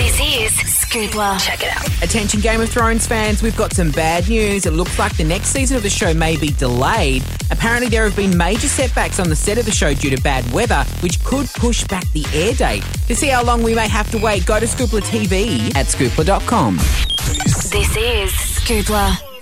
is Scoobla. Check it out. Attention Game of Thrones fans, we've got some bad news. It looks like the next season of the show may be delayed. Apparently, there have been major setbacks on the set of the show due to bad weather, which could push back the air date. To see how long we may have to wait, go to Scoopla TV at scoopla.com. This is Scoobla.